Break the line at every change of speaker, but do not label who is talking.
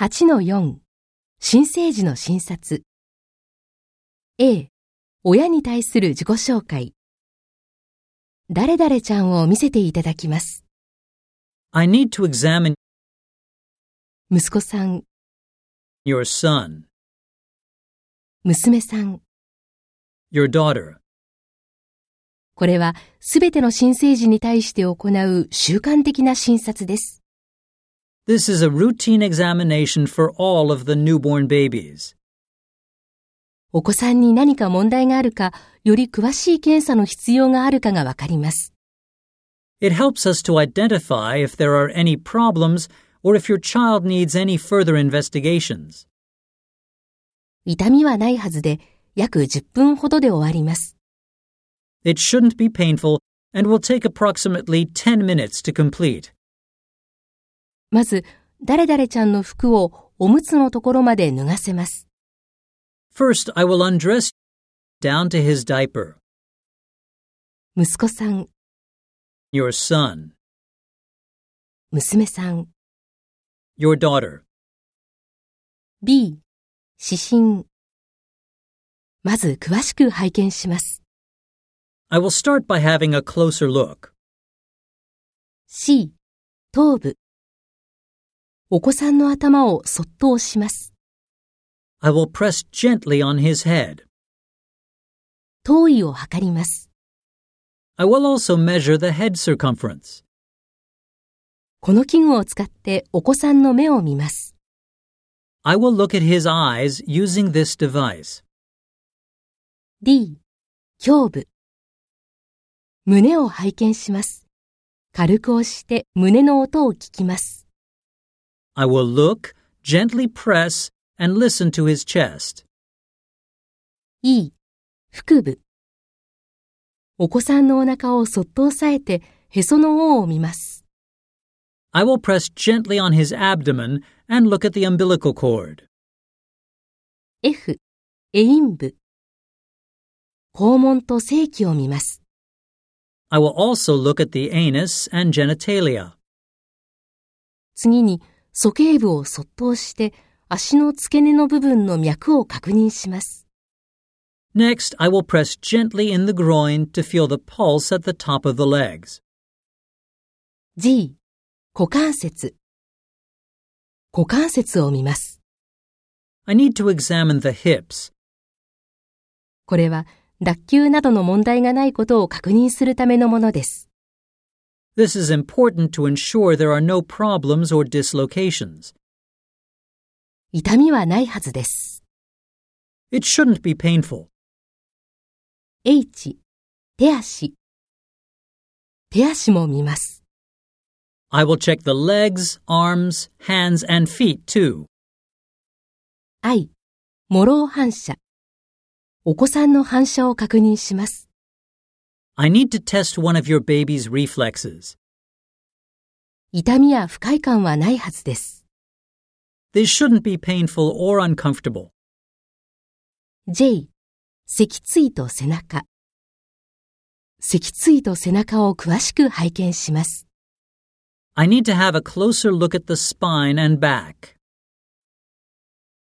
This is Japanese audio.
8-4新生児の診察 A 親に対する自己紹介誰々ちゃんを見せていただきます
I need to examine
息子さん、
your son,
娘さん、
your daughter.
これはすべての新生児に対して行う習慣的な診察です。
This is a routine examination for all of the newborn babies.
お子さんに何か問題があるか、より詳しい検査の必要があるかがわかります。
It helps us to identify if there are any problems or if your child needs any further investigations.
痛みはないはずで、約10分ほどで終わります。
It shouldn't be painful and will take approximately 10 minutes to complete.
まず、誰々ちゃんの服をおむつのところまで脱がせます。
First, I will undress down to his diaper,
息子さん、
your son,
娘さん、
your daughter.
B、指針。まず、詳しく拝見します。
I will start by having a closer look.
C、頭部。お子さんの頭をそっと押します。
I will press gently on his head.
頭位を測ります。
I will also measure the head circumference.
この器具を使ってお子さんの目を見ます。
I will look at his eyes using this device.
D、胸部。胸を拝見します。軽く押して胸の音を聞きます。
I will look, gently press, and listen to his chest.
E、腹部。お子さんのお腹をそっと押さえてへその緒を見ます。
I will press gently on his abdomen and look at the umbilical cord.
F、エイン部。肛門と性器を見ます。
I will also look at the anus and genitalia.
次に、鼠径部をそっと押して足の付け根の部分の脈を確認します。
Next, I will press gently in the groin to feel the pulse at the top of the legs.
G、股関節。股関節を見ます。
I need to examine the hips.
これは、脱臼などの問題がないことを確認するためのものです。
This is important to ensure there are no problems or dislocations.
痛みはないはずです。
It shouldn't be painful.
H、手足。手足も見ます。
I will check the legs, arms, hands, and feet too.
I、模老反射。お子さんの反射を確認します。
I need to test one of your baby's reflexes.
痛みや不快感はないはずです。
They shouldn't be painful or uncomfortable.
J、脊椎と背中。脊椎と背中を詳しく拝見します。
I need to have a closer look at the spine and back.